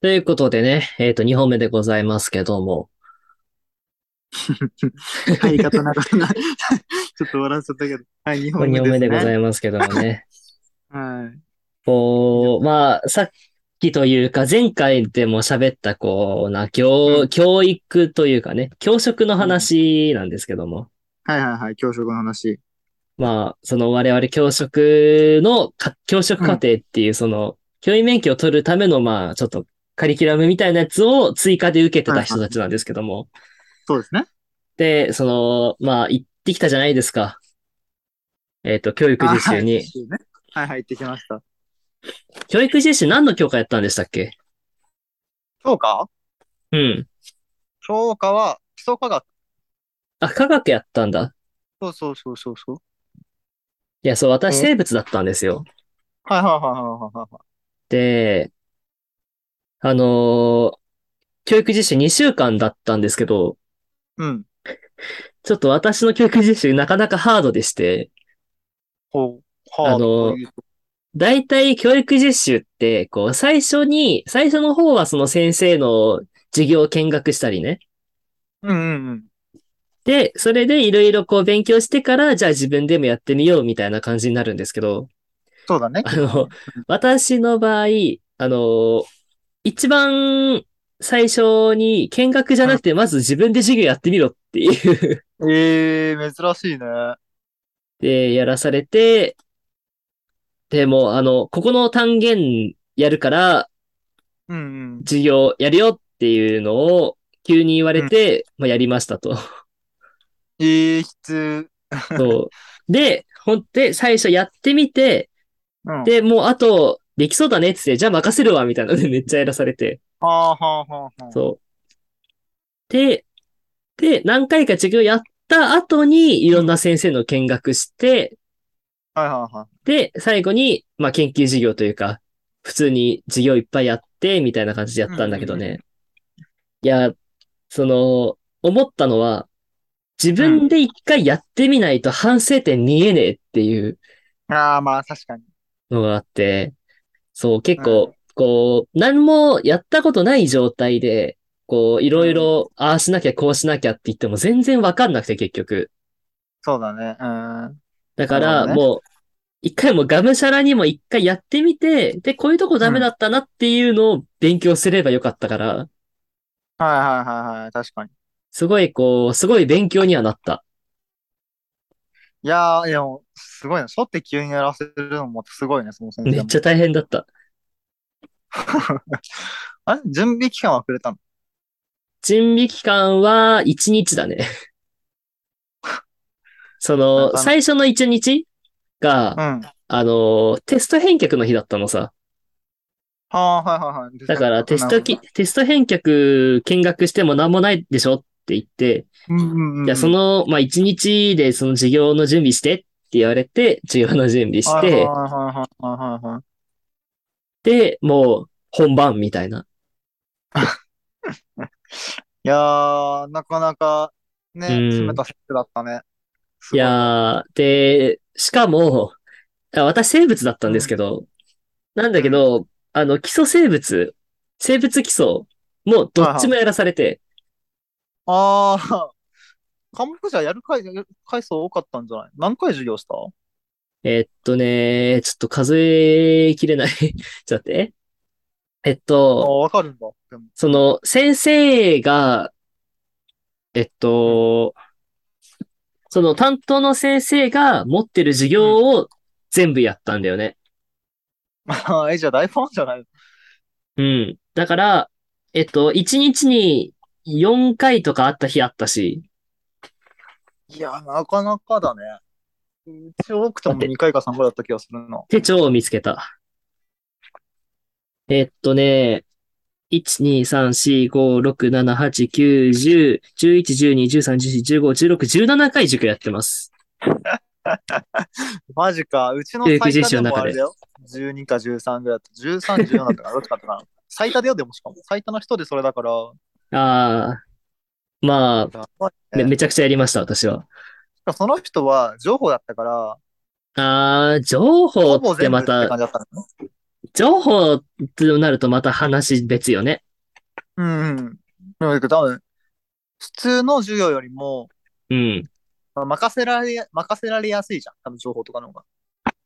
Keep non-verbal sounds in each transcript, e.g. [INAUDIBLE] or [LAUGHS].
ということでね、えっ、と、2本目でございますけども、 [LAUGHS] はい、方なかな。ちょっと笑っちゃったけど。はい、日本2目 [LAUGHS] 本目でござす、ね。いますけどもね、はい。こ [LAUGHS] う、まあ、さっきというか、前回でも喋った、こうな、う教、ん教育というかね、教職の話なんですけども、はいはいはい、教職の話。まあ、その我々教職のか、教職課程っていう、その、教員免許を取るための、まあ、ちょっと、カリキュラムみたいなやつを追加で受けてた人たちなんですけども。そうですね。で、その、まあ、行ってきたじゃないですか。えっと、教育実習あはいに実。習ねはいはい、行ってきました。教育実習何の教科やったんでしたっけ教科うん。教科は基礎科学。あ、科学やったんだ。そうそうそうそうそう。いや、そう、私え生物だったんですよ。はいはいはいはいはいはい。で、あのー教育実習2週間だったんですけど、うん。ちょっと私の教育実習なかなかハードでして、ほう。はあのこういう大体教育実習って、こう、最初に、最初の方はその先生の授業を見学したりね。うんうんうん。で、それでいろいろこう勉強してから、じゃあ自分でもやってみようみたいな感じになるんですけど、そ [LAUGHS] うだね。あの、私の場合、あの、一番最初に見学じゃなくて、まず自分で授業やってみろっていう [LAUGHS] ええ珍しいね。で、やらされて、でもう、あの、ここの単元やるから、うんうん。授業やるよっていうのを急に言われて、まあ、やりました [LAUGHS] と。ええ普通。そう。で、ほんで、最初やってみて、うん。で、もうあと、できそうだねってって、じゃあ任せるわ、みたいなのでめっちゃやらされて。はあはあはあはあ。そう。で、で、何回か授業やった後に、いろんな先生の見学して、はいはいはい。で、最後に、まあ、研究授業というか、普通に授業いっぱいやって、みたいな感じでやったんだけどね。いや、その、思ったのは、自分で一回やってみないと反省点見えねえっていうああ、まあ確かに。のがあって、そう、結う構、こう、何もやったことない状態で、こう、いろいろ、ああしなきゃ、こうしなきゃって言っても全然わかんなくて、結局。そうだね。うん。だから、なるほどねもう、一回もうがむしゃらにも一回やってみて、で、こういうとこダメだったなっていうのを勉強すればよかったから、はいはいはいはい。確かに。すごい、こう、すごい勉強にはなった。いやー、いや、もうすごいね。そうって急にやらせるのもすごいね、その先生も。めっちゃ大変だった。 [LAUGHS] あれ準備期間はくれたの準備期間は1日だね。そなんの、か最初の1日がう、ん。はあの、テスト返却の日だったのさ。あ、はいはいはい。だからテスなトるほどき、テスト返却見学しても何もないでしょって言って、うんうんうん。じゃあその、まあ、1日でその授業の準備してって言われて、授業の準備しはいて、はいはいはいはいはい。で、もう本番みたいな。いやー、なかなかね、うん詰めたセットだったね。すいごいやー、で、しかも、あ私生物だったんですけど、なんだけど、あの、基礎生物、生物基礎、もうどっちもやらされて、あー、科目じゃやる回、やる回数多かったんじゃない何回授業したえっとね、ちょっと数えきれない。 [LAUGHS] ちょっと待って。えっあー、と、わかるんだ。でも。 [LAUGHS] その、先生が、えっと、その担当の先生が持ってる授業を全部やったんだよね。まあ、え、じゃあ大ファンじゃないうん。だから、えっと、1日に4回とかあった日あったし、いやー、なかなかだね。うち多くても2回か3回だった気がするな。手帳を見つけた。えっとね、1,2,3,4,5,6,7,8,9,10,11,12,13,14,15,16,17回塾やってます。マジか。うちの教育最実多習でのも中あでれだよ。12か13ぐらいだった。13、14だった [LAUGHS] から、どっちかってな。最多だよ、でもしかも。最多の人でそれだから。ああ、まやばあ、いねめ、めちゃくちゃやりました、私は。しかもその人は情報だったから、ああ、情報ほっぼて全部まって感たじだったのね。情報となるとまた話別よね。うんうん。でも多分、普通の授業よりも、うん。まあ任せられ、任せられやすいじゃん。多分情報とかの方が。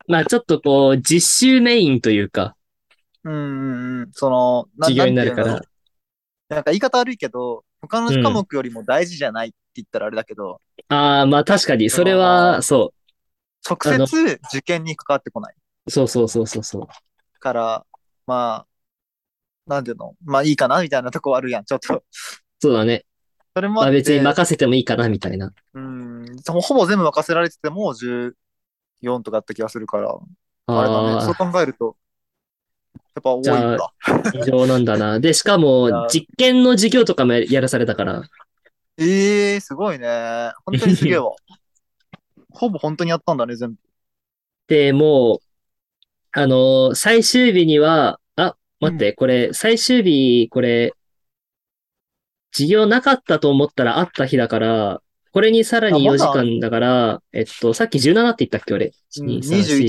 まあちょっとこう、実習メインというか、うんうんうん。その、な授業になるか。らんていう。のなんか言い方悪いけど、他の科目よりも大事じゃないって言ったらあれだけど、ああ、まあ確かに、それは、そあ直の。接受験に関わってこないうそうそうそうそうそう。から、まあ、なんていうのまあいいかなみたいなとこあるやん、ちょっと。そうだね。それもまああって別に任せてもいいかな、みたいな。うん、ほぼ全部任せられてても14とかあった気がするから、あれだね。そうあ考えると、やっぱ多いんじゃだ。あ、異常なんだな。で、しかも、実験の授業とかもややらされたから。ええー、すごいね。本当にすげ [LAUGHS] えわ。ほぼ本当にやったんだね、全部。で、もう、あのー最終日には、あ、待って、これ、最終日、これ、授業なかったと思ったらあった日だから、これにさらにあ4時まだ間だから、えっと、さっき17って言ったっけ、俺。うん1 2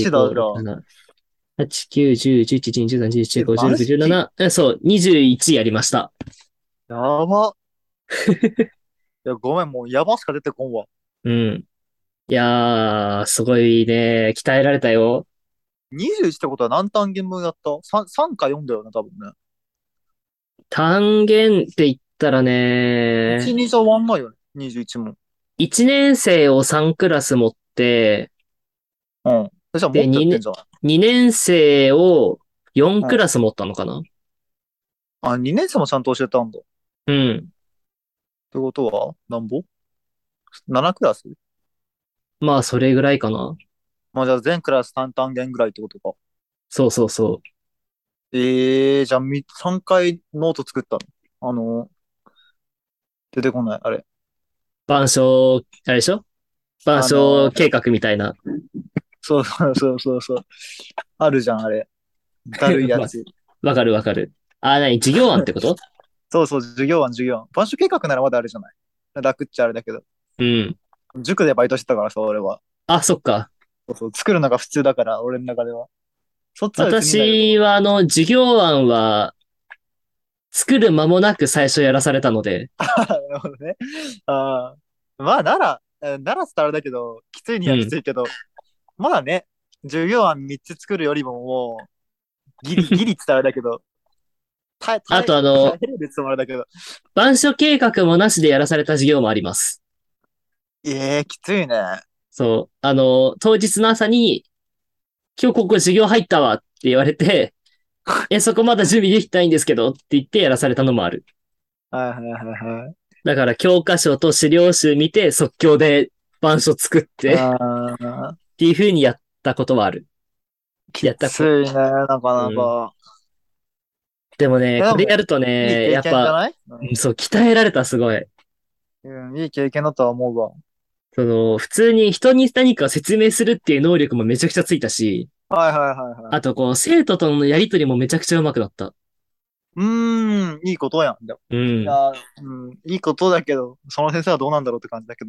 3 4 5 6 7 8 9 10 11 12 13 14 15 16 17 18 19 20 21 22 23 24 25 26 27 28 29 30 31 32 33 34 35 36 37 38 39 40 41 42 43 44 45 46 47 48 49 50 51 52 53 54 55 56 57 58 59 60 61 62 63 64 65 66 67 68 69 70 71 72 73 74 75 76 77 78 79 80 81 82 83 84 85 86 87 88 89 90 91 92 93 94 95 96 97 98 99 100 101 102 103 104 105 106 107 108 109 110 111 112 113 114 115 116 117 118 119 120 121 122 123 124 125 126 127 128 129 130 131 132 133 134 135 136 137 138 139 140 141 142 143 144 145 146 147 148 149 150 151 152 153 154 155 156 157 158 159 160 161 162 1 21やりました。やば。いや、ごめん、もうやばしか出てこんわ。うん。いやー、すごいね、鍛えられたよ。 21ってことは何単元分やった ?3、三か4だよね、多分ね。単元って言ったらね、 1、2じゃ終わんないよね。21も。 1年生を3クラス持って、うん。そしたらもっとやってんじゃん。 2年生を4クラス持ったのかなあ、2年生もちゃんと教えたんだ。っうん。てことは、なんぼ ?7 クラスまあ、それぐらいかな。まあじゃあ全クラス3単元ぐらいってことか。そうそうそええー、じゃあみ3回ノート作ったのあの、出てこない、あれ。う。板書、あれでしょ板あ書の計画みたいな。そうそうそうそうそう。あるじゃん、あれ。だるいやつ。わかるわかる。あ、なに授業案ってことそうそう、授業案、授業案。板書計画ならまだあるじゃない。楽っちゃあれだけど。うん。塾でバイトしてたからさ、俺は。あ、そっか。そうそう、作るのが普通だから、俺の中では。そっちは別にいい私んだけは、あの、授業案は、作る間もなく最初やらされたので、ど。 [LAUGHS] なるほどね。ああ。まあ、なら、えーならって言ったらあれだけど、きついにはきついけど、まだね、授業案3つ作るよりももう、 [LAUGHS] ギリ、ギリって言ったらあれだけど、耐え、耐えあとあの耐えれるって言ってもあれだけど、板書計画もなしでやらされた授業もあります。ええきついね。そう。あの、当日の朝に、今日ここ授業入ったわって言われ [LAUGHS] て、え、そこまだ準備できてないんですけどって言ってやらされたのもある。はいはいはいはい。だから教科書と資料集見て即興で板書作ってっああ、ていう風にやったことはある。やったきついね、なかなか。でもね、いやこれやるといいね、や経験っじぱ、ゃないうんそう、鍛えられたすごい。うん、いい経験だとは思うわ。その、普通に人に何か説明するっていう能力もめちゃくちゃついたし、はいはいはいはい。あとこう、生徒とのやりとりもめちゃくちゃ上手くなった。うーん、いいことやん。でもうんい。や、うん、いいことだけど、その先生はどうなんだろうって感じだけ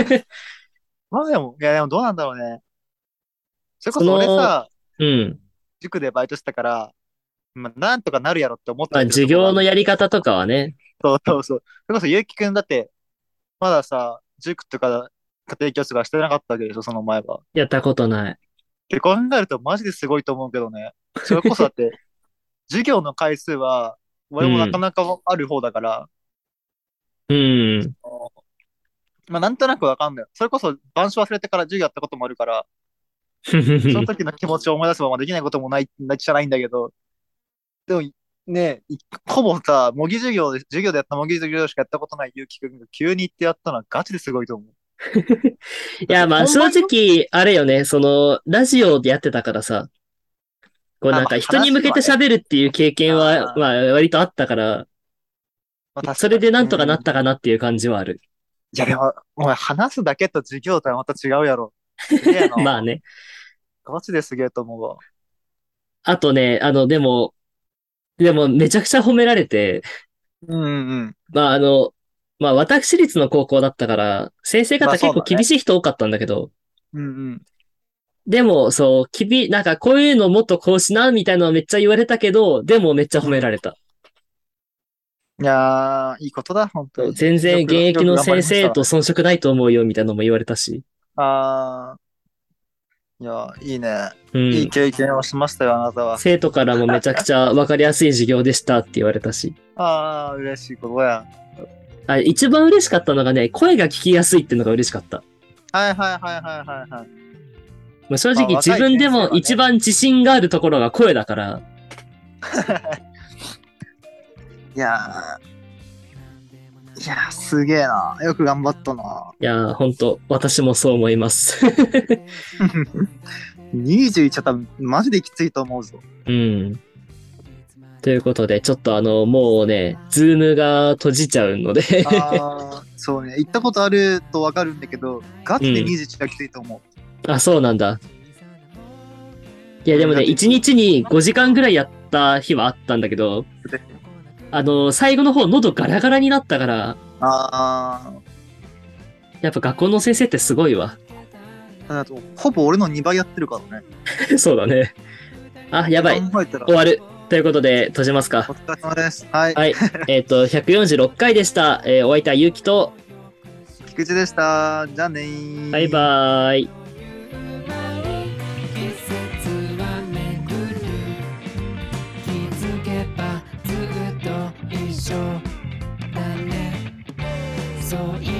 どね。まあでも、いやでもどうなんだろうね。それこそ俺そのさ、 [LAUGHS] うん。塾でバイトしてたから、まあなんとかなるやろって思ってまあ、たけど授業のやり方とかはね、そうそうそう。それこそ結城くんだって、まださ、塾とか家庭教室がしてなかったわけでしょ、その前は。やったことない。って考えるとマジですごいと思うけどね。それこそだ [LAUGHS] って、授業の回数は、俺もなかなかある方だから、うん。まあなんとなくわかんない。それこそ、板書忘れてから授業やったこともあるから、その時の気持ちを思い出すままできないこともない、なじゃないんだけど、でも、ねいほぼさ、模擬授業で、授業でやった模擬授業しかやったことないゆうきくんが急に行ってやったのはガチですごいと思う。 [LAUGHS] [LAUGHS] いや、まあ本正番の直、あれよね、その、ラジオでやってたからさ、こうあなんかまあ人に向けて話は喋るっていう経験はあ、ーまあ割とあったから、まあ確かにそれでなんとかなったかなっていう感じはある。いやでも、お前話すだけと授業とはまた違う [LAUGHS] やろ。すげえなまあ。ね。ガチですげえと思うわ。あとね、あの、でも、でもめちゃくちゃ褒められて、うんうん。まああの、まあ私立の高校だったから、先生方まあ結そうだ構ね厳しい人多かったんだけど、うんうん。でも、そう、きび、なんかこういうのもっとこうしな、みたいなのはめっちゃ言われたけど、でもめっちゃ褒められた。いやー、いいことだ、本当に。全然現役の先生と遜色ないと思うよ、みたいなのも言われたし。あー。いやー、いいね。ういいん。経験をしましたよ、あなたは。生徒からもめちゃくちゃ分かりやすい授業でしたって言われたし。あー、嬉しいことや。あ一番嬉しかったのがね、声が聞きやすいっていうのが嬉しかった。はいはいはいはいはいはい。まあ、正まあ直若い自分で先生はもね一番自信があるところが声だから、いやー、いやーすげえな。よく頑張ったな。いやー、ほんと、私もそう思います。 21は多分、マジできついと思うぞ。うん。ということで、ちょっとあの、もうね、ズームが閉じちゃうので、あー、そうね。行ったことあるとわかるんだけど、ガチで21はきついと思う。 [LAUGHS] あ、そうなんだ。いや、でもね、1日に5時間ぐらいやった日はあったんだけど、あの、最後の方、喉ガラガラになったから、あやっぱ学校の先生ってすごいわ。 [LAUGHS] ー、あと、ほぼ俺の2倍やってるからね。そうだね。あ、やばい。考えたら、終わる。ということで、閉じますかお。疲れ様です。はい。はい。えっ、と、146回でした。えーお相手はゆうきと、菊池でした。じゃあねー。バイバーイ。 「季節はめぐる」「気づけばずっと一緒だね」「そう言